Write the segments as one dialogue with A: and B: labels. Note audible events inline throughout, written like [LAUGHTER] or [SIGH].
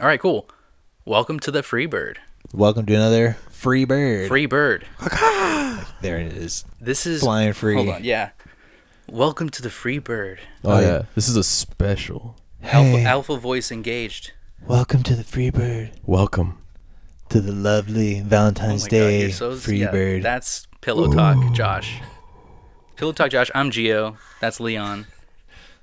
A: right, cool. Welcome to the free bird.
B: Welcome to another free bird.
A: Free bird.
B: There it is.
A: This is
B: Flying free.
A: Hold on, yeah. Welcome to the free bird.
C: Oh
B: Oh,
C: yeah.
B: yeah.
C: This is a special.
A: Alpha,
B: Hey.
A: alpha voice engaged.
B: Welcome to the free bird.
C: Welcome.
B: To the lovely
A: Oh
B: Valentine's Day free
A: yeah,
B: bird.
A: That's pillow talk, Josh. Pillow talk, Josh. I'm Geo. That's Leon.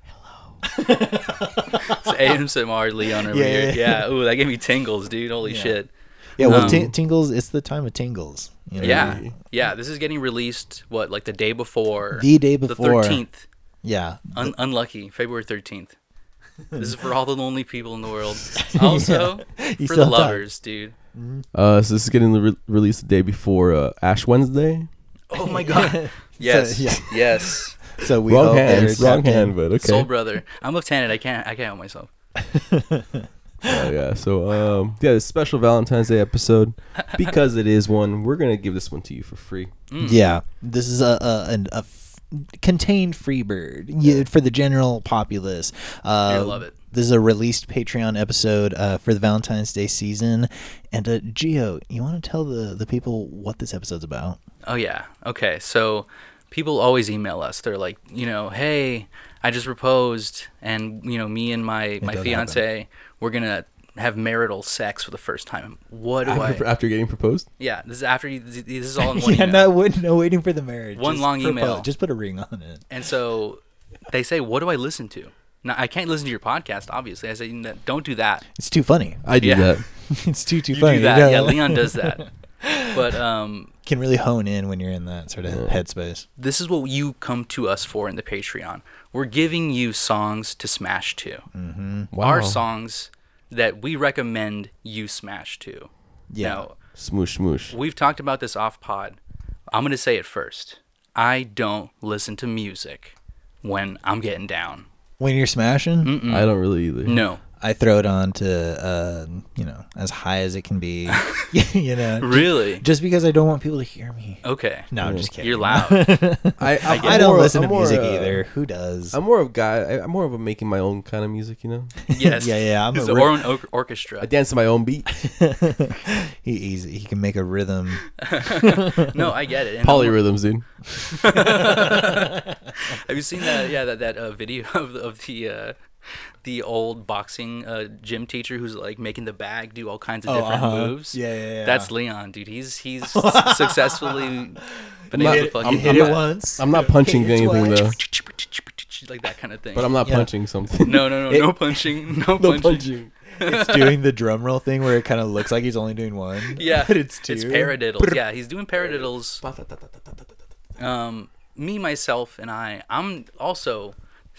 A: Hello. [LAUGHS] it's ASMR Leon over
B: Yeah,
A: here.
B: yeah,
A: Yeah. Ooh, that gave me tingles, dude. Holy shit.
B: yeah, well,
A: um,
B: ting- tingles. It's the time of tingles. you know?
A: Yeah. Yeah. This is getting released. What, like the day before?
B: The day
A: The
B: before.
A: thirteenth.
B: Yeah.
A: Un- unlucky. February
B: [LAUGHS]
A: thirteenth. This is for all the lonely people in the world. Also,
B: You
A: for the
B: still have time.
A: lovers, dude.
C: Uh, so this is getting re- released the day before uh, Ash Wednesday.
A: Oh my
B: [LAUGHS]
A: god. [LAUGHS] Yes.
B: yeah.
A: Yes.
B: So we
C: wrong
B: hope that
C: hand,
B: you're
C: wrong
B: tapped in.
C: hand, but okay.
A: Oh, Soul brother. I'm left-handed. I can't. I can't help myself.
C: Oh, yeah. So um, yeah, this special Valentine's
A: [LAUGHS]
C: Day episode because it is one. We're gonna give this one to you for free.
A: Hmm.
B: Yeah, this is a a, an- a f- contained free bird yeah, for the general populace. Uh,
A: You'll love it.
B: This is a released Patreon episode uh, for the Valentine's Day season. And uh, Geo, you want to tell the the people what this episode's about?
A: Oh yeah. Okay. So people always email us. They're like, you know, hey, I just proposed, and you know, me and my my
B: does
A: fiance, we're gonna have marital sex for the first time. What do
B: [LAUGHS]
A: I?
C: After, after getting proposed.
A: yeah. This is after. you- This is all in one.
B: yeah,
A: email.
B: no, wait- no waiting for the marriage.
A: One
B: Just
A: long
B: propose.
A: email.
B: Just put a ring on it.
A: And so they say, what do I listen to? Now I can't listen to your podcast, obviously. I say, "No, don't do that.
B: It's too funny. [LAUGHS]
C: I do
A: Yeah.
C: that.
B: it's too too
A: You
B: funny.
A: do that.
B: know?
A: Yeah, Leon does that.
B: [LAUGHS]
A: But um,
B: can really hone in when you're in that sort of headspace.
A: this is what you come to us for in the Patreon. We're giving you songs to smash to.
B: Mm-hmm. Oh.
A: Our songs that we recommend you smash to.
B: Yeah.
A: Now,
C: Smoosh, smoosh.
A: we've talked about this off pod. I'm going to say it first. I don't listen to music when I'm getting down.
B: When you're smashing,
A: Hmm.
C: I don't really either.
B: Mm-hmm.
A: No.
B: I throw it on to uh, you know as high as it can be.
A: [LAUGHS]
B: [LAUGHS] you know, [LAUGHS]
A: Really?
B: just because I don't want people to hear me.
A: Okay.
B: No, I'm just kidding.
A: You're loud. [LAUGHS]
C: I, I,
B: I don't listen to music either. Who does?
C: I'm more of a guy. I, I'm more of a making my own kind of music.
A: [LAUGHS]
C: You know,
A: yes.
B: Yeah, yeah, I'm a
A: It's the
B: real-
A: Orient Or-
C: I
A: Orchestra.
C: dance to my
A: [LAUGHS]
C: own beat.
B: [LAUGHS] he he's, he can make a rhythm.
A: No, I
B: [LAUGHS]
A: get it. And I'm-
C: Polyrhythms, dude.
A: Have you seen that? Yeah, that that uh, video [LAUGHS] of of the uh, the old boxing uh, gym teacher who's like making the bag do all kinds of different
B: uh-huh.
A: moves.
B: Yeah, yeah, yeah.
A: That's Leon, dude. He's
B: [LAUGHS]
A: he's s- successfully been able to
C: Hit-
A: fucking
C: hit
A: do
B: [LAUGHS]
C: it
A: that.
B: once.
C: I'm not punching
B: Okay, it's
C: anything
B: what-
C: though,
A: like that kind of thing.
C: but I'm not
B: Yeah.
C: punching something.
A: no, no, no,
B: [LAUGHS]
A: no punching, no,
C: no
A: punching.
C: punching.
A: [LAUGHS]
B: it's doing the drum roll thing where it kind of looks like he's only doing one.
A: Yeah,
B: but [LAUGHS] it's two.
A: It's paradiddles. Yeah, he's doing paradiddles. Um, me, myself, and I. I'm also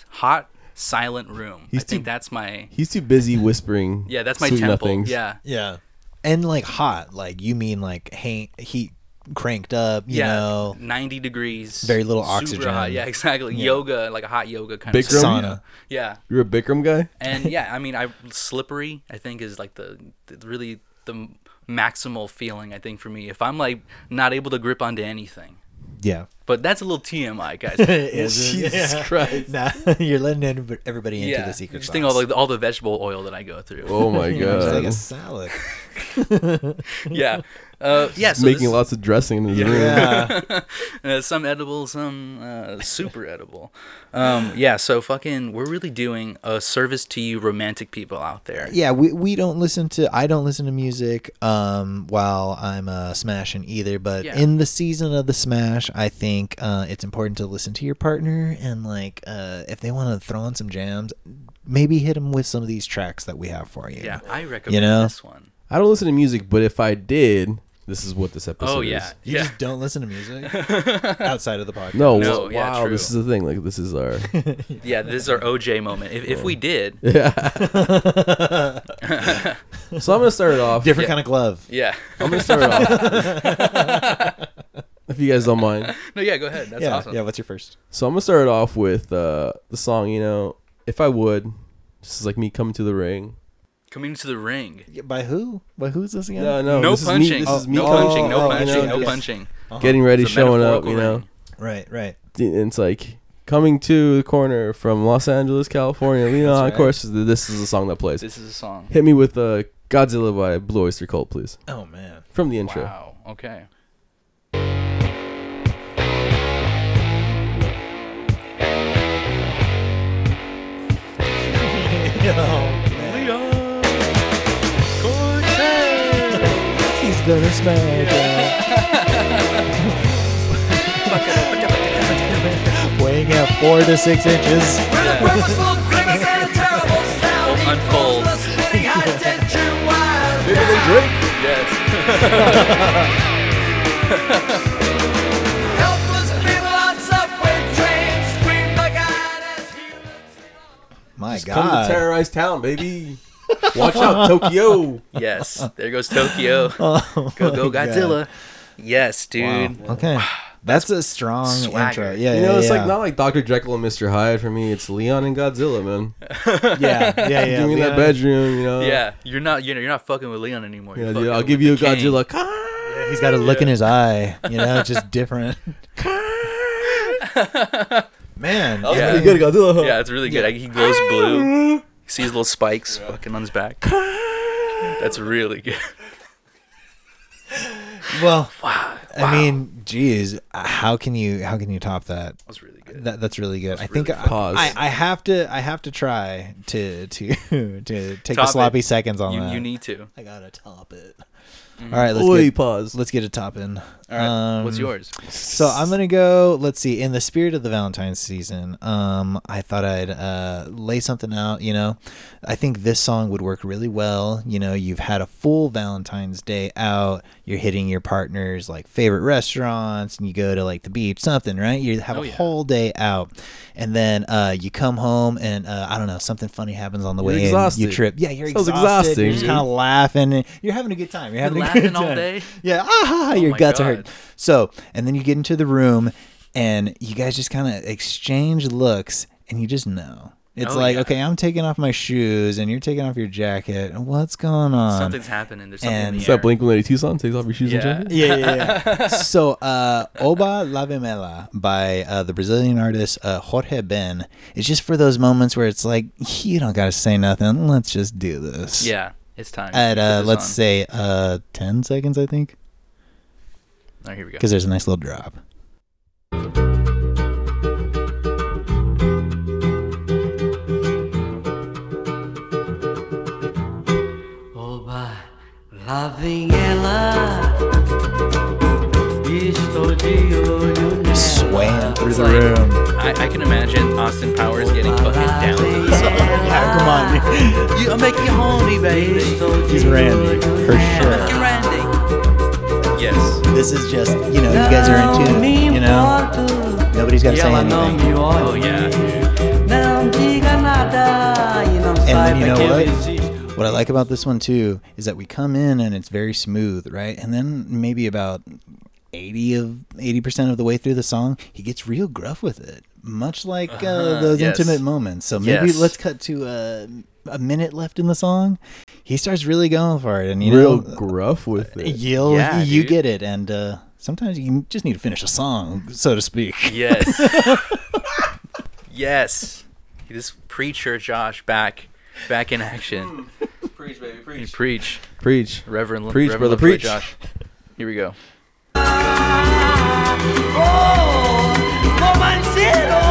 A: hot, silent room.
C: He's
A: I think
C: too-
A: that's my.
C: He's too busy whispering.
A: Yeah, that's my
C: sweet
A: temple.
C: nothings.
A: Yeah.
B: Yeah, and like hot, like you mean like ha- heat cranked up. You
A: yeah,
B: know,
A: 90 degrees.
B: Very little
A: super
B: oxygen.
A: hot. Yeah, exactly. Yoga, like a hot yoga kind
C: Big
A: of stuff.
C: room?
B: sauna.
A: Yeah.
C: You're a Bikram guy.
A: And yeah, I mean, I slippery, I think, is like the, the really the maximal feeling, I think, for me. If I'm like not able to grip onto anything,
B: [LAUGHS] Yeah.
A: but that's a little TMI,
B: [LAUGHS]
A: guys.
C: Jesus Christ.
B: Nah, [LAUGHS] you're letting everyb- everybody into
A: yeah.
B: the secret
A: Just
B: sauce.
A: think all the, all the vegetable oil that I go through.
C: Oh my
B: You're just
C: god.
B: like a salad.
A: [LAUGHS] Yeah. Uh, yeah. So
C: Making
A: this-
C: lots of dressing in his room.
B: Yeah.
A: uh, some edible, some uh, super edible. Um, yeah, so fucking, we're really doing a service to you, romantic people out there.
B: yeah, we, we don't listen to I don't listen to music um while I'm uh smashing either, but
A: Yeah.
B: in the season of the smash, I think uh it's important to listen to your partner and like uh if they want to throw on some jams, maybe hit them with some of these tracks that we have for you.
A: Yeah, I recommend
B: know?
A: this one.
C: I don't listen to music, but if I did, this is what this episode
A: Oh
C: is.
A: yeah,
B: You [LAUGHS]
A: yeah.
B: just don't listen to
A: [LAUGHS]
B: music outside of the podcast.
C: No,
A: No,
C: wow,
A: yeah, true.
C: this is the thing. Like this is our
A: yeah, this is our OJ moment. If, if we did,
C: [LAUGHS] So I'm gonna start it
B: [LAUGHS]
C: off.
B: Different kind of glove.
A: yeah. [LAUGHS]
C: I'm gonna start it off. if you guys don't mind.
A: No, yeah, go ahead. That's
B: yeah.
A: awesome.
B: Yeah, what's your first?
C: So I'm gonna start it off with uh, the song, you know, if I would. This is like me coming to the ring.
A: Coming to the ring.
B: By who? By who's Oh, this again?
C: No, no,
A: no
C: this is me-
A: punching.
C: this is me
A: no
C: coming-
A: punching. No
B: oh,
A: punching.
C: you know,
A: no
C: just
A: punching.
C: Getting ready,
A: Uh-huh. It's a
C: showing up, you
A: metaphorical
C: know.
A: ring.
B: Right, right.
C: and it's like coming to the corner from Los Angeles, California. Lean on,
B: right.
C: of course. This is the song that plays.
A: This is a song.
C: Hit me with a Godzilla by Blue Oyster Cult, please.
A: [LAUGHS]
B: Oh man.
C: From the intro.
A: Wow. Okay. Oh,
B: He's gonna [LAUGHS] smash it. Weighing out four to six inches.
A: Unfold.
C: Bigger than Drake.
A: Yes.
B: My
C: Just come to
B: God.
C: terrorize town, baby. Watch out, Tokyo.
A: Yes. There goes Tokyo.
B: [LAUGHS] [LAUGHS] Oh,
A: Go go
B: my God.
A: Godzilla. Yes, dude.
B: Wow. Okay. That's a strong
A: Swagger.
B: intro. Yeah,
C: You
B: yeah,
C: know, it's
B: yeah.
C: like not like Dr. Jekyll and Mr. Hyde for me. It's Leon and Godzilla, man. [LAUGHS]
B: yeah, yeah, yeah.
C: give me
B: Leon-
C: that bedroom, you know.
A: Yeah, you're not you know you're not fucking with Leon anymore. You're
C: Yeah, dude,
A: fucking
C: I'll
A: with
C: give you a
A: the king.
C: Godzilla.
B: He's [LAUGHS] got a look in his eye, you know, just
C: [LAUGHS]
B: different. Man,
A: Yeah.
C: Pretty good Godzilla. huh?
A: Yeah, it's really good. Like, He glows blue. You see his little spikes fucking on his back. That's really good. [LAUGHS]
B: Well, I mean, geez, how can you how can you top that?
A: That's really good.
B: That that's really good. I think
A: really
B: I-
C: Pause.
B: I, I have to I have to try to [LAUGHS] to to take
A: Top
B: the sloppy
A: it.
B: seconds on
A: You,
B: that.
A: you need to.
B: I gotta top it. All right, let's
C: Oi,
B: get,
C: pause.
B: let's get Um, a top in. All
A: right, What's
B: mm-hmm.
A: yours?
B: So I'm gonna go. Let's see. In the spirit of the Valentine's season, um, I thought I'd uh, lay something out. You know, I think this song would work really well. You know, you've had a full Valentine's Day out. You're hitting your partner's like favorite restaurants, and you go to like the beach, something, right? You have
A: Oh,
B: a
A: yeah.
B: whole day out, and then uh, you come home, and uh, I don't know, something funny happens on the
C: You're
B: way in.
C: exhausted.
B: You trip. Yeah, you're
C: Sounds
B: exhausted. You're
C: exhausting,
B: just
C: dude.
B: kind of laughing. And you're having a good time. You're having a
A: laughing
B: good
A: all
B: time.
A: day? Oh
B: Yeah. Ah, your
A: my
B: guts
A: God.
B: are hurt. So, and then you get into the room and you guys just kind of exchange looks and you just know. It's
A: Oh,
B: like,
A: yeah.
B: okay, I'm taking off my shoes and you're taking off your jacket. What's going on?
A: Something's happening. There's something
B: and-
A: in the
B: Is
C: What's that
A: air.
C: Blink 182 song? Takes off your shoes
A: Yeah.
C: and
B: [LAUGHS]
C: jacket.
B: yeah, yeah,
A: [LAUGHS]
B: yeah. so, uh, Oba La Vimela by uh, the Brazilian artist uh, Jorge Ben is just for those moments where it's like, you don't got to say nothing. Let's just do this.
A: Yeah, it's time.
B: At,
A: Put
B: uh,
A: this
B: let's
A: on.
B: say, uh, 10 seconds, I think,
A: All right, here we go.
B: because there's a nice little drop.
D: Oba, lá vem ela. Estou de olho nela.
B: Swaying through the
A: like-
B: room.
A: I, I can imagine Austin Powers getting fucking down to the song.
B: [LAUGHS] Yeah, come on. dude.
A: You, I'm making you horny, baby.
D: Estou
B: [LAUGHS]
D: de
B: He's Randy, for sure.
A: Fucking Randy. Yes.
B: This is just, you know, you guys are in tune,
D: me
B: you know?
D: importo
B: Nobody's got
D: que
B: to say
D: ela não
B: anything.
D: me olhe.
A: Oh yeah.
D: Não diga nada e
B: And
D: não
B: then
D: saiba
B: you know
D: que eu
B: what?
D: existo.
B: What I like about this one too is that we come in and it's very smooth, right? And then maybe about 80 of 80% of the way through the song, he gets real gruff with it, much like uh, those
A: yes.
B: intimate moments. So maybe
A: Yes.
B: let's cut to uh, a minute left in the song. He starts really going for it and you
C: Real
B: know
C: gruff with it.
B: you'll
A: Yeah,
B: you
A: dude.
B: get it and uh sometimes you just need to finish a song so to speak
A: Yes.
B: [LAUGHS]
A: yes. This preacher Josh back back in action.
C: Preach, baby,
A: You
C: preach.
A: preach.
C: Preach.
A: Reverend
C: Preach,
A: Reverend
C: brother,
A: Lovejoy
C: preach.
A: Josh. Here we go.
D: Oh, romanceiro,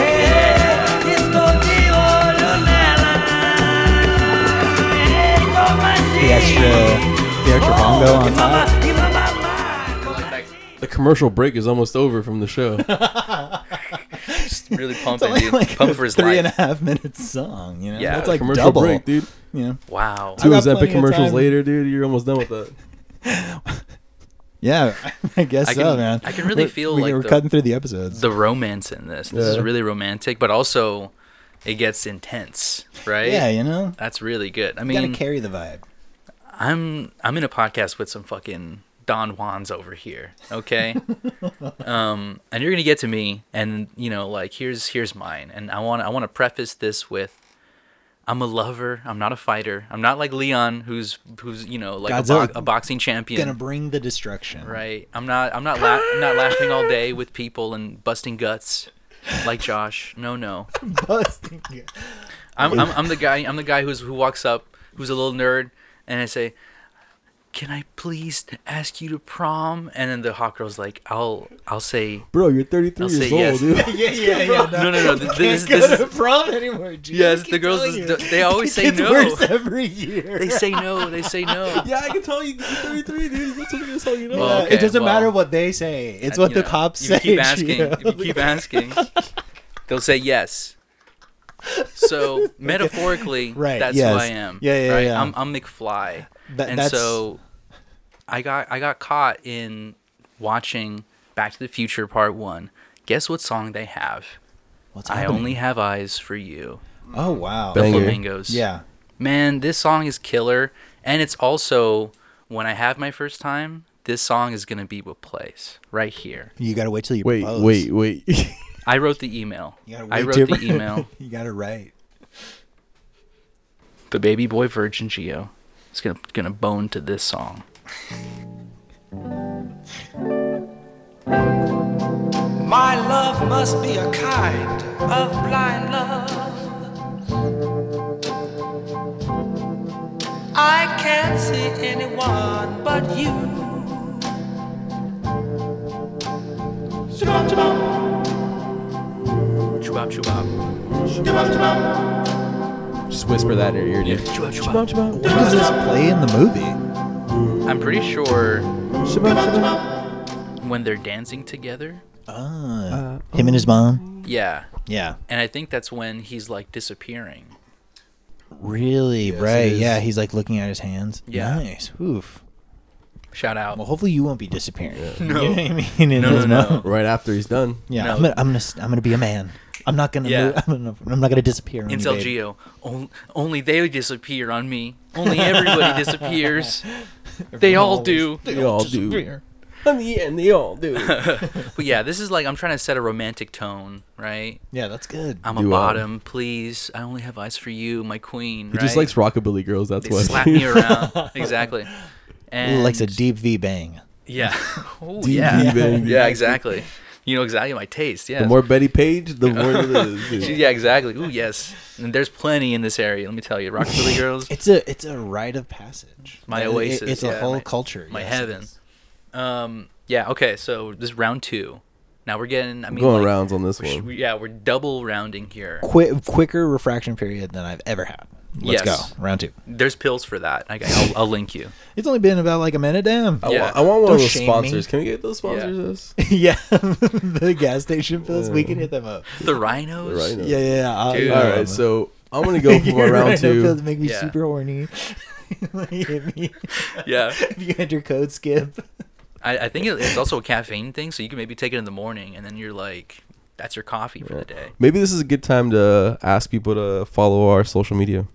D: eh, estou de olho nela. Eh,
B: the extra
D: romanceiro.
B: the extra bongo Oh, on top
D: E mamamá, romanceiro.
C: The commercial break is almost over from the [LAUGHS] show.
B: [LAUGHS]
A: Really pumping,
B: It's
A: dude.
B: only like
A: Pump
B: a
A: for his
B: three
A: life.
B: and a half minute song you know
A: Yeah,
B: that's like
C: commercial
B: double
C: break, dude.
B: you know
A: Wow.
B: I
C: Two
B: got
C: of those epic
B: plenty of
C: commercials
B: time.
C: later, dude. You're almost done with that.
B: yeah [LAUGHS] i guess
A: I
B: so
A: can-
B: man
A: I can really
B: We're-
A: feel
B: we're,
A: like
B: we're
A: the-
B: cutting through the episodes
A: The romance in this. This is
C: Yeah.
A: really romantic, but also it gets intense, right?
B: yeah you know
A: That's really good. I
B: you gotta
A: mean,
B: carry the vibe
A: I'm I'm in a podcast with some fucking Don Juans over here,
B: [LAUGHS]
A: okay? um, and you're gonna get to me, and you know, like here's here's mine, and I want I want to preface this with, I'm a lover. I'm not a fighter. I'm not like Leon, who's who's you know like a,
B: Godzilla.
A: bo- a boxing champion.
B: gonna bring the destruction
A: Right. I'm not. I'm not. La- I'm not laughing all day with people and busting guts, like Josh. No, no.
B: [LAUGHS] Busting it.
A: [LAUGHS] I'm, I'm, I'm the guy. I'm the guy who's who walks up, who's a little nerd, and I say, "Can I please ask you to prom?" And then the hot girl's like, "I'll I'll say."
C: Bro, you're 33
A: I'll
C: years
A: say
C: old,
A: yes.
C: dude.
A: [LAUGHS]
B: yeah, yeah, yeah.
A: No, no, no. [LAUGHS] th- This,
B: Can't
A: this
B: go
A: is
B: to prom anymore, dude.
A: Yes,
B: I keep
A: the girls
B: telling
A: is-
B: you.
A: they always [LAUGHS]
B: It
A: say
B: gets
A: no.
B: worse every year.
A: they say no. They say [LAUGHS] no.
C: yeah, I can tell you, you're 33, dude. That's what you're so you know.
A: Well,
B: it
A: Oh, okay,
B: doesn't
A: well,
B: matter what they say. It's what
A: you
B: the
A: know,
B: cops
A: if
B: say. [LAUGHS]
A: You keep asking.
B: Gio.
A: if you keep asking. They'll say yes.
B: [LAUGHS]
A: So metaphorically,
B: Right,
A: that's
B: yes.
A: who I am.
B: Yeah, yeah,
A: right?
B: yeah.
A: I'm, I'm McFly,
B: That-
A: and
B: that's-
A: so I got I got caught in watching Back to the Future Part One. Guess what song they have?
B: What's
A: I
B: happening?
A: only have eyes for you.
B: Oh wow.
C: The Banger.
A: Flamingos.
B: Yeah.
A: Man, this song is killer, and it's also when I have my first time. This song is gonna be what plays right here.
B: You gotta wait till you
C: Wait,
B: propose.
C: wait, wait.
A: [LAUGHS] I wrote the email.
B: You gotta wait
A: I wrote
B: till-
A: the
B: [LAUGHS]
A: email.
B: you gotta write.
A: The baby boy virgin Geo is gonna gonna bone to this song.
E: My love must be a kind of blind love. I can't see anyone but you. Shabam, shabam,
A: Chubop chubop.
E: shabam, shabam.
C: Just whisper that in your ear, dude.
A: Chubop chubop.
B: What does this play in the movie?
A: I'm pretty sure
C: Shabba,
A: when they're dancing together.
B: Ah, him and his mom.
A: Yeah.
B: Yeah.
A: And I think that's when he's like disappearing.
B: Really?
C: Yes,
B: right.
C: it is.
B: Yeah. He's like looking at his hands.
A: Yeah.
B: Nice. Oof.
A: Shout out.
B: Well, hopefully you won't be disappearing.
A: No.
B: You
A: [LAUGHS]
B: know what I mean? In
A: No, no, no.
B: his mouth.
C: shabba. Right after he's done.
B: Yeah.
A: No.
B: I'm gonna. I'm gonna. s- I'm gonna be a man. I'm not gonna.
A: Yeah.
B: Move, [LAUGHS] I'm, gonna I'm not gonna disappear. on you,
A: Intel
B: babe.
A: Geo. On- only they disappear on me. Only
B: [LAUGHS]
A: everybody disappears. They all do.
C: They all do. In the end, they all
A: [LAUGHS]
C: do.
A: But yeah, this is like I'm trying to set a romantic tone, right?
B: Yeah, that's good.
A: I'm
C: You
A: a
C: are.
A: bottom, please. I only have eyes for you, my queen.
C: He just likes rockabilly girls. That's [LAUGHS]
A: they
C: why.
A: slap me
C: [LAUGHS]
A: around. Exactly. And
B: likes a deep V bang.
A: Yeah. [LAUGHS] Oh,
C: Deep
A: yeah. [LAUGHS]
C: V-bang.
A: Yeah, exactly. You know exactly my taste. Yeah.
C: The more Betty Page, the more it is.
A: [LAUGHS]
C: dude.
A: yeah, exactly. Ooh, yes. And there's plenty in this area. Let me tell you, Rockabilly
C: [LAUGHS]
A: Girls,
B: It's a it's a rite of passage.
A: My
B: It- it-
A: oasis,
B: it's a
A: yeah,
B: whole
A: my-
B: culture.
A: my
B: yes, it
A: heaven.
B: is.
A: Um, yeah. Okay. So this is round two. Now we're getting. I mean,
C: Going
A: like,
C: rounds on this
A: we should-
C: one.
A: we- yeah, we're double rounding here.
B: Qui- quicker refraction period than I've ever had. Let's
A: Yes.
B: go round two.
A: There's pills for that. I, I'll, I'll link you.
B: It's only been about like a minute. Damn.
C: I,
A: Yeah.
C: want, I want one
B: Don't
C: of those
B: shame
C: sponsors.
B: me.
C: Can we get those sponsors? [LAUGHS]
B: [LAUGHS]
C: Us?
B: yeah, the gas station fills. We can hit them up.
A: The rhinos.
C: Right now.
B: Yeah, yeah, yeah. I'll-
A: Dude.
B: yeah,
C: All
B: I'll-
C: right, Uh, so I'm gonna [LAUGHS] go for my
B: Your
C: round
B: rhino
C: two.
B: Fills make me
A: Yeah.
B: super horny. [LAUGHS] Like, hit me.
A: Yeah.
B: if you enter code skip.
A: I, I think it- it's also a caffeine thing, so you can maybe take it in the morning, and then you're like, that's your coffee for the day.
C: Maybe this is a good time to ask people to follow our social media.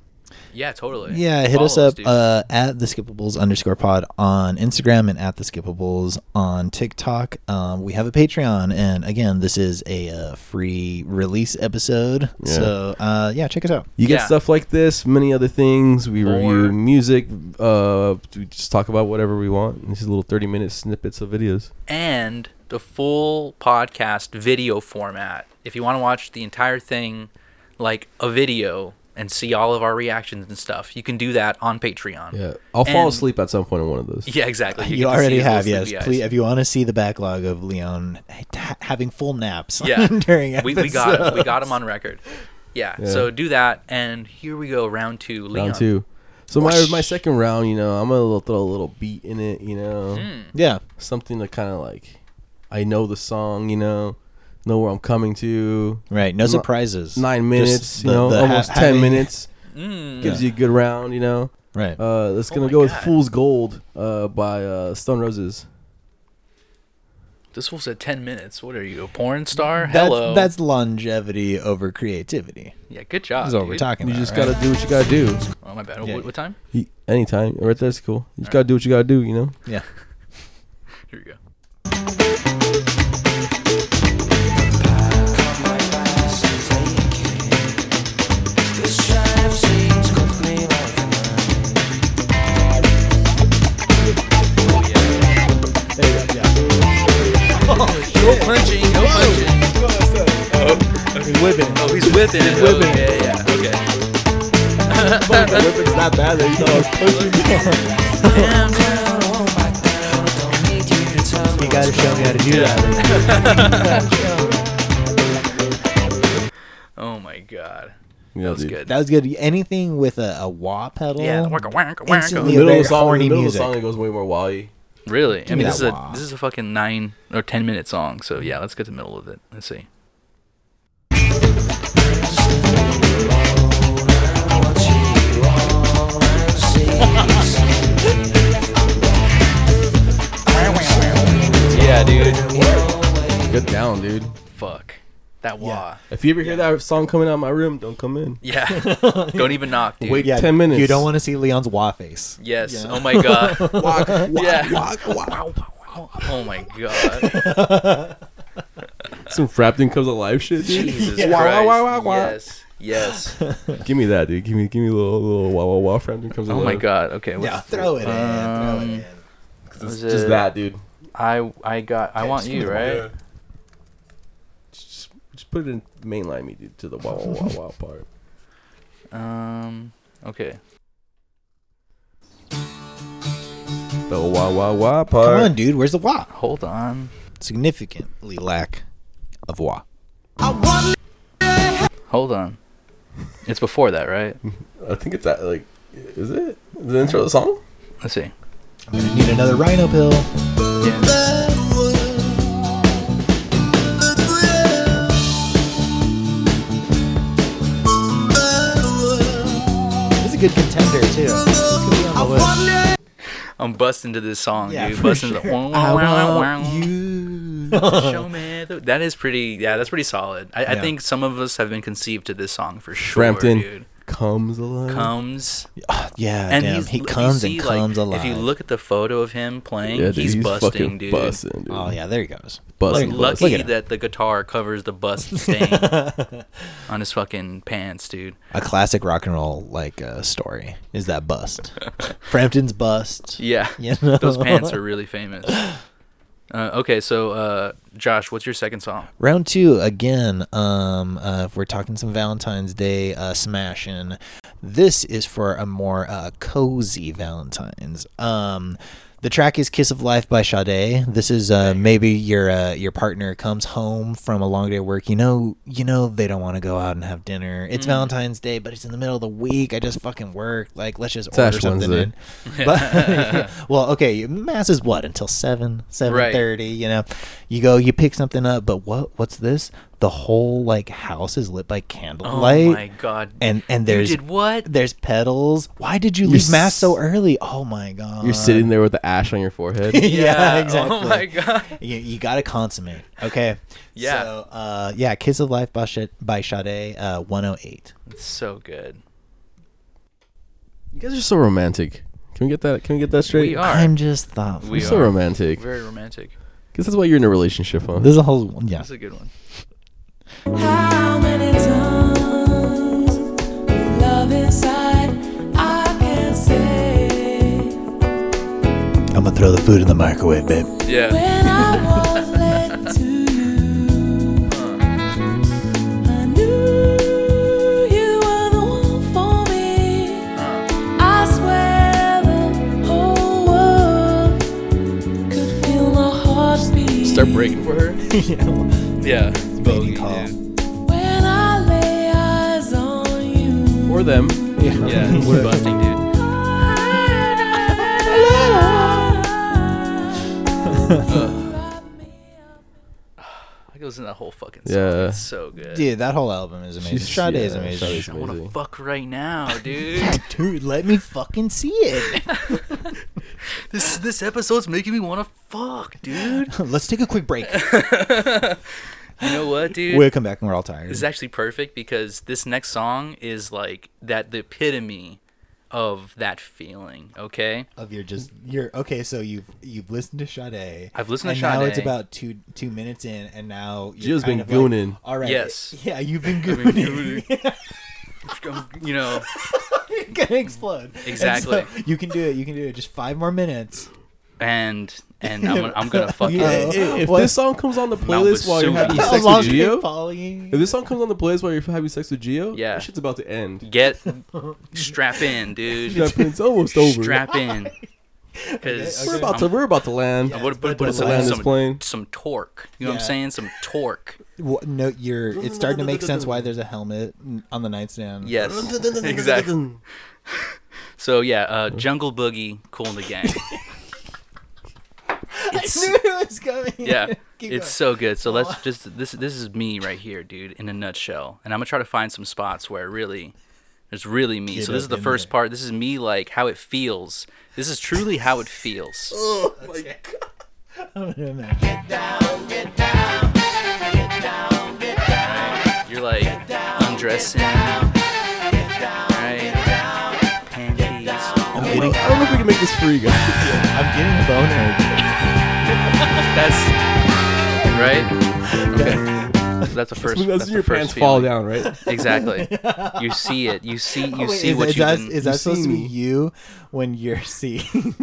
A: Yeah, totally.
B: Yeah, hit us
A: Follow
B: up
A: dude.
B: uh, at the skippables underscore pod on Instagram and at the skippables on TikTok. Um, we have a Patreon, and again, this is a uh, free release episode.
C: Yeah.
B: So uh, yeah, check us out.
C: You get
A: Yeah.
C: stuff like this, many other things. We
A: More.
C: review music. Uh, we just talk about whatever we want. These little 30 minute snippets of videos.
A: and the full podcast video format. If you want to watch the entire thing, like a video, and see all of our reactions and stuff, you can do that on Patreon.
C: Yeah, I'll fall
A: And-
C: asleep at some point in one of those.
A: [LAUGHS] Yeah, exactly.
B: You,
A: get to see
B: already
A: his little
B: have, yes.
A: sleepy eyes.
B: Please, [LAUGHS] if you want to see the backlog of Leon ha- having full naps
A: Yeah,
B: [LAUGHS] during
A: we, we got him. we
B: episodes.
A: got him on record. Yeah,
C: Yeah.
A: so do that, and here we go, round two. Leon.
C: round two. So my my second round, you know, I'm gonna little- throw a little beat in it, you know,
B: Yeah,
C: something to kind of like, I know the song, you know, know where I'm coming to.
B: right. No surprises.
C: Nine
B: Just
C: minutes, you
B: the-
C: know,
B: the ha-
C: almost ten
B: having- Hmm.
C: minutes gives you a good round, you know.
B: Right.
C: Uh, that's gonna
A: Oh my
C: go with
A: God.
C: "Fool's Gold" uh, by uh, Stone Roses.
A: This fool said ten minutes. What are you, a porn star?
B: That's-
A: Hello.
B: That's, longevity over creativity.
A: yeah. Good job.
B: That's what we're
A: dude.
B: talking
C: You
B: about.
C: just
B: right?
C: gotta do what you gotta do.
A: Oh my bad.
B: Yeah,
A: what,
B: yeah.
A: what time?
C: You- Anytime, right there's cool. You just gotta do what you gotta do, you know.
B: Yeah.
A: Here we go. No punching, no punching. Oh, he's whipping. Oh, he's whipping. it. Oh, yeah, yeah. Okay.
C: Fucking Olympics not bad that you thought I was pushing.
B: You gotta show me how to do that.
A: Oh my god.
C: Yeah,
A: That was
C: dude.
A: good.
B: That was good. Anything with a, a wah pedal.
A: yeah, wanka, wanka, wanka.
B: Instantly-
C: The middle of
B: Very
C: the song,
B: horny
C: the middle of
B: music.
C: the song, it goes way more wowy.
A: Really? I
B: me
A: mean,
B: that
A: this is a
B: wah.
A: this is a fucking nine or ten minute song. So yeah, let's get to the middle of it. Let's see.
C: Yeah, dude. Get down, dude.
A: Fuck that wah.
C: If you ever hear that song coming out of my room, don't come in.
B: [LAUGHS]
A: Yeah. Don't even knock, dude.
C: Wait
B: Yeah,
C: 10 minutes.
B: You don't want to see Leon's wah face.
A: Yes. Oh my
B: [LAUGHS]
A: god.
C: walk, walk,
A: Yeah.
C: walk, walk.
A: Oh my god.
C: Some Frampton comes alive shit, dude. [LAUGHS]
A: Jesus
C: Wah, wah,
A: Christ.
C: wah, wah, wah.
A: Yes. Yes.
C: Give me that, dude. Give me, give me a little, little wah, wah, wah. Frampton comes
A: Oh
C: alive.
A: my god. Okay. What's,
B: Yeah, throw it in. Throw it
C: Uh,
B: in.
A: was
C: Just
A: it-
C: that, dude.
A: I I got. I want you, right?
C: Just, just put it in mainline me, dude, to the wah, wah, wah, wah part.
A: Um. Okay.
C: The wah, wah, wah part.
B: Come on, dude. Where's the wah?
A: Hold on.
B: Significantly lack of wah.
A: Hold on. It's before that, right?
C: I think it's that, like, is it? The intro of the song?
A: Let's see.
B: I'm gonna need another rhino pill. This is a good contender too. This could be on the list.
A: I'm busting to this song,
B: Yeah,
A: dude.
B: for
A: Busting to the
B: sure.
A: wow,
B: I
A: wow, wow,
B: want
A: wow.
B: you.
A: Show me the- that is pretty. Yeah, that's pretty solid. I, I
B: Yeah.
A: think some of us have been conceived to this song for sure,
C: Frampton
A: dude.
C: comes alive.
A: Comes
B: [LAUGHS] Yeah,
A: and
B: damn.
A: he's-
B: He
A: if you
B: comes and
A: see, like,
B: comes alive.
A: If you look at the photo of him playing,
C: Yeah, dude,
A: he's, busting,
C: fucking
A: dude.
C: busting, dude.
B: oh yeah, there he goes.
A: Like,
C: Busting, busting.
A: lucky
B: him.
A: that the guitar covers the [LAUGHS] bust stain on his fucking pants, dude.
B: A classic rock and roll like uh, story is that
A: [LAUGHS]
B: bust. Frampton's bust.
A: Yeah,
B: You know?
A: those pants are really famous. Uh, okay, so uh, Josh, what's your second song?
B: Round two again. Um, uh, if we're talking some Valentine's Day uh, smashing, this is for a more uh, cozy Valentine's. Um, the track is "Kiss of Life" by Sade. This is uh, maybe your uh, your partner comes home from a long day of work. You know, you know they don't want to go out and have dinner. It's Valentine's Day, but it's in the middle of the week. I just fucking work. Like, let's just order
C: Ash
B: something
C: Wednesday.
B: in. but
A: [LAUGHS]
B: well okay mass is what until 7 7.30 you know you go you pick something up but what what's this the whole like house is lit by
A: Oh
B: candlelight
A: my god!
B: and and there's
A: you did [LAUGHS] what?
B: there's pedals why did you
C: You're
B: leave mass
C: s-
B: so early oh my god [LAUGHS]
C: You're sitting there with the ash on
A: [LAUGHS]
C: your forehead.
B: yeah, exactly
A: Oh my god!
B: you, you gotta consummate okay
A: Yeah.
B: so uh yeah kiss of life by, Sade- by Sade, uh 108
A: It's so good.
C: You guys are so romantic. Can we get that? Can we get that straight?
A: We are.
B: i'm just thoughtful
A: We
C: You're so
A: are.
C: romantic.
A: Very romantic.
C: Guess that's why you're in a relationship, huh?
B: there's a whole yeah
A: That's a good one.
F: How many times love inside I can say
B: i'm gonna throw the food in the microwave [LAUGHS] babe
A: Yeah.
F: when I was led to you I knew you were the one for me I swear the whole world could feel my heartbeat
A: Start breaking for her. yeah. It's
B: bogey, call.
A: dude.
F: when I lay eyes on you
C: Or them.
A: Yeah. [LAUGHS] We're busting, dude. I could listen to that whole fucking song.
C: Yeah.
A: It's so good.
B: Dude, that whole album is amazing.
C: She's-
B: Sade is
C: yeah,
B: amazing.
C: Sade's
A: I want to
C: amazing.
A: fuck right [LAUGHS] now, dude.
B: Dude, let me fucking
A: [LAUGHS]
B: see it. [LAUGHS]
A: this this episode's making me want to fuck, dude.
B: Let's take a quick break.
A: You know what, dude?
B: We'll come back and we're all tired.
A: this is actually perfect because this next song is like that the epitome of that feeling. Okay. [LAUGHS]
B: of your just your okay, so you've you've listened to Sade.
A: I've listened
B: and
A: to
B: Now
A: Sade.
B: it's about two two minutes in, and now you're
C: Jill's
B: kind
C: been
B: of like,
C: gooning.
B: all right.
A: Yes.
B: Yeah,
A: [LAUGHS]
B: you've been
A: I mean,
B: gooning.
A: dude, you know,
B: [LAUGHS] You're gonna explode. And so
A: Exactly. [LAUGHS]
B: you can do it. You can do it. Just five more minutes. [LAUGHS]
A: and and I'm, gonna- I'm gonna fucking
B: Yeah.
C: If
B: What?
C: this song comes on the playlist while you're
A: Basumi.
C: having
A: How
C: sex
B: long
C: with
B: did
C: Geo,
B: it follow you?
C: if this song comes on the playlist while you're having sex with Geo,
A: Yeah.
C: that shit's about
A: [LAUGHS]
C: to end.
A: get strap in, dude.
C: That it's almost over.
A: Strap in, because
C: We're about to we're about to land. [LAUGHS]
A: What, but,
B: about
A: but it's
B: to
A: like
B: land
C: this plane.
A: some, some torque. You know what
B: Yeah.
A: I'm saying? Some torque.
B: Well, no, you're. It's starting to make sense why there's a helmet on the nightstand. [LAUGHS]
C: [LAUGHS]
A: Yes. exactly. So yeah, uh, Jungle Boogie, Cool in the Gang. It's-
B: I knew it was coming.
A: yeah,
B: [LAUGHS] Keep
A: it's so good. So let's just this this is me right here, dude, in a nutshell. And I'm gonna try to find some spots where really it's really me.
B: Get
A: so this
B: up
A: is the
B: in
A: first
B: there.
A: part. This is me like how it feels. This is truly how it feels.
B: going. I'm gonna imagine.
A: You're like undressing. Right? Panties. Oh,
C: I'm getting- I don't know if we can make this free, guys.
B: I'm getting a boner.
A: That's right. Okay. So that's the first.
C: That's
A: That's
C: when your
A: the first
C: pants fall
A: feeling.
C: down,
A: [LAUGHS]
B: [LAUGHS]
C: right?
A: Exactly. You see it. You see. You
B: Oh, Wait,
A: see
B: is,
A: what
B: is
A: you.
B: that,
A: Is,
B: is that
C: You've
B: supposed to
C: seen
B: be
C: me.
B: you when you're seeing [LAUGHS]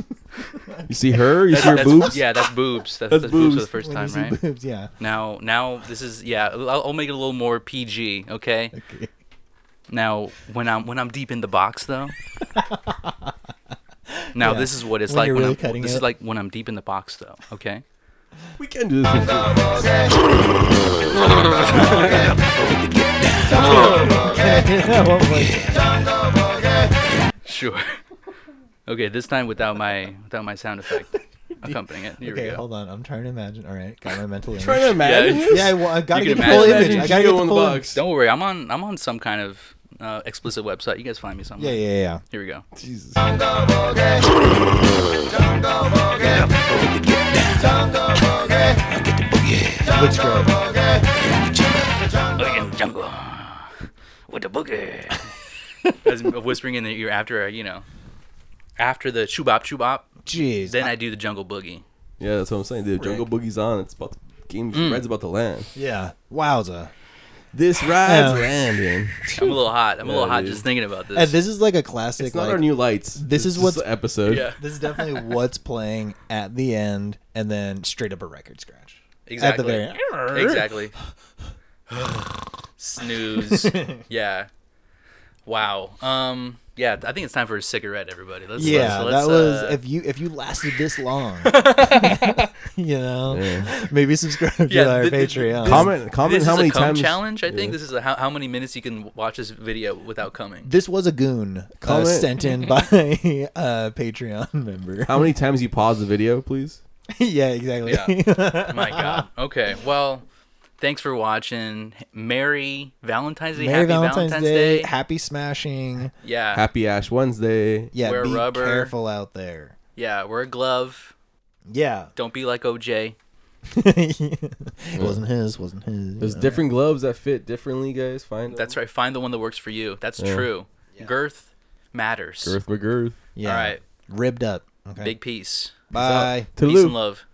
C: You see her, you see her
A: that's,
C: boobs.
A: Yeah, that's boobs. That's,
C: That's
A: that's, boobs. for
C: boobs.
A: the first
B: when
A: time,
B: you see
A: right?
B: boobs? Yeah.
A: Now, now this is yeah. I'll, I'll make it a little more PG. Okay.
B: Okay.
A: Now, when I'm when I'm deep in the box
B: [LAUGHS]
A: though. Now
B: Yeah.
A: this is what it's
B: When
A: like
B: you're
A: when
B: really
A: I'm,
B: cutting
A: this
B: it.
A: is like when I'm deep in the box though. Okay.
C: We can do this. for free.
B: One more time.
A: Sure. [LAUGHS] Okay, this time without my without my sound
B: [LAUGHS]
A: effect accompanying it. Here we
B: okay,
A: go.
B: hold on. I'm trying to imagine. All right, got my
A: [LAUGHS]
B: mental image.
C: [LAUGHS] Trying to imagine
A: Yeah.
C: this?
B: yeah, well, I gotta
A: You
B: get
A: can
B: the full
A: imagine
B: image. I gotta
C: Geo
B: get the
C: in the
B: full
C: box.
A: Don't worry, I'm on I'm on some kind of uh, explicit website. You guys find me somewhere.
B: Yeah, yeah, yeah.
A: Here we go.
C: Jesus.
B: Looks great.
A: Boogie jungle with the boogie. [LAUGHS] As I'm whispering in the ear after uh, you know, after the chubop chubop,
B: Jeez.
A: then I do the jungle boogie.
C: Yeah, that's what I'm saying. Dude, Jungle Boogie's on. It's about to, game
A: Mm.
C: ride's about to land.
B: yeah. Wowza.
C: This ride's
B: Um,
C: landing.
A: I'm a little hot. I'm a
C: Yeah,
A: little hot
C: dude.
A: just thinking about this.
B: And this is like a classic.
C: It's not
B: like,
C: our new lights.
B: this is
C: just
B: what's-
C: the episode.
A: yeah,
B: This is definitely what's playing at the end, and then straight up a record scratch.
A: exactly.
B: At the very end.
A: Exactly.
B: [LAUGHS]
A: Snooze. yeah. Wow. Um. Yeah. I think it's time for a cigarette, everybody. Let's.
B: Yeah,
A: Let's, let's,
B: that was
A: uh,
B: if you if you lasted
A: [LAUGHS]
B: this long, you know,
C: Yeah.
B: maybe subscribe
A: Yeah,
B: to our
A: th- th-
B: Patreon.
C: Comment comment
A: this
C: how
A: is
C: many
A: a cum
C: times
A: challenge. I think this is a, how, how many minutes you can watch this video without coming.
B: This was a goon uh,
C: Comment.
A: [LAUGHS]
B: sent in by a Patreon member.
C: how many times you pause the video, please?
B: [LAUGHS] yeah, exactly. [LAUGHS]
A: Yeah. My God. Okay. Well, thanks for watching. Merry Valentine's Day.
B: Merry
A: Happy
B: Valentine's,
A: Day.
B: Day. Happy smashing.
A: yeah.
C: Happy Ash Wednesday.
B: Yeah,
A: Wear
B: be
A: rubber.
B: careful out there.
A: Yeah. Wear a glove.
B: Yeah,
A: Don't be like OJ.
B: it [LAUGHS] wasn't his. Wasn't his.
C: There's different gloves that fit differently, guys. Find
A: That's right. Find the one that works for you. That's true. Girth matters.
C: girth McGirth.
B: Yeah.
A: All right.
B: Ribbed up. Okay.
A: Big peace.
B: Bye.
A: Peace
C: Toodaloo.
A: and love.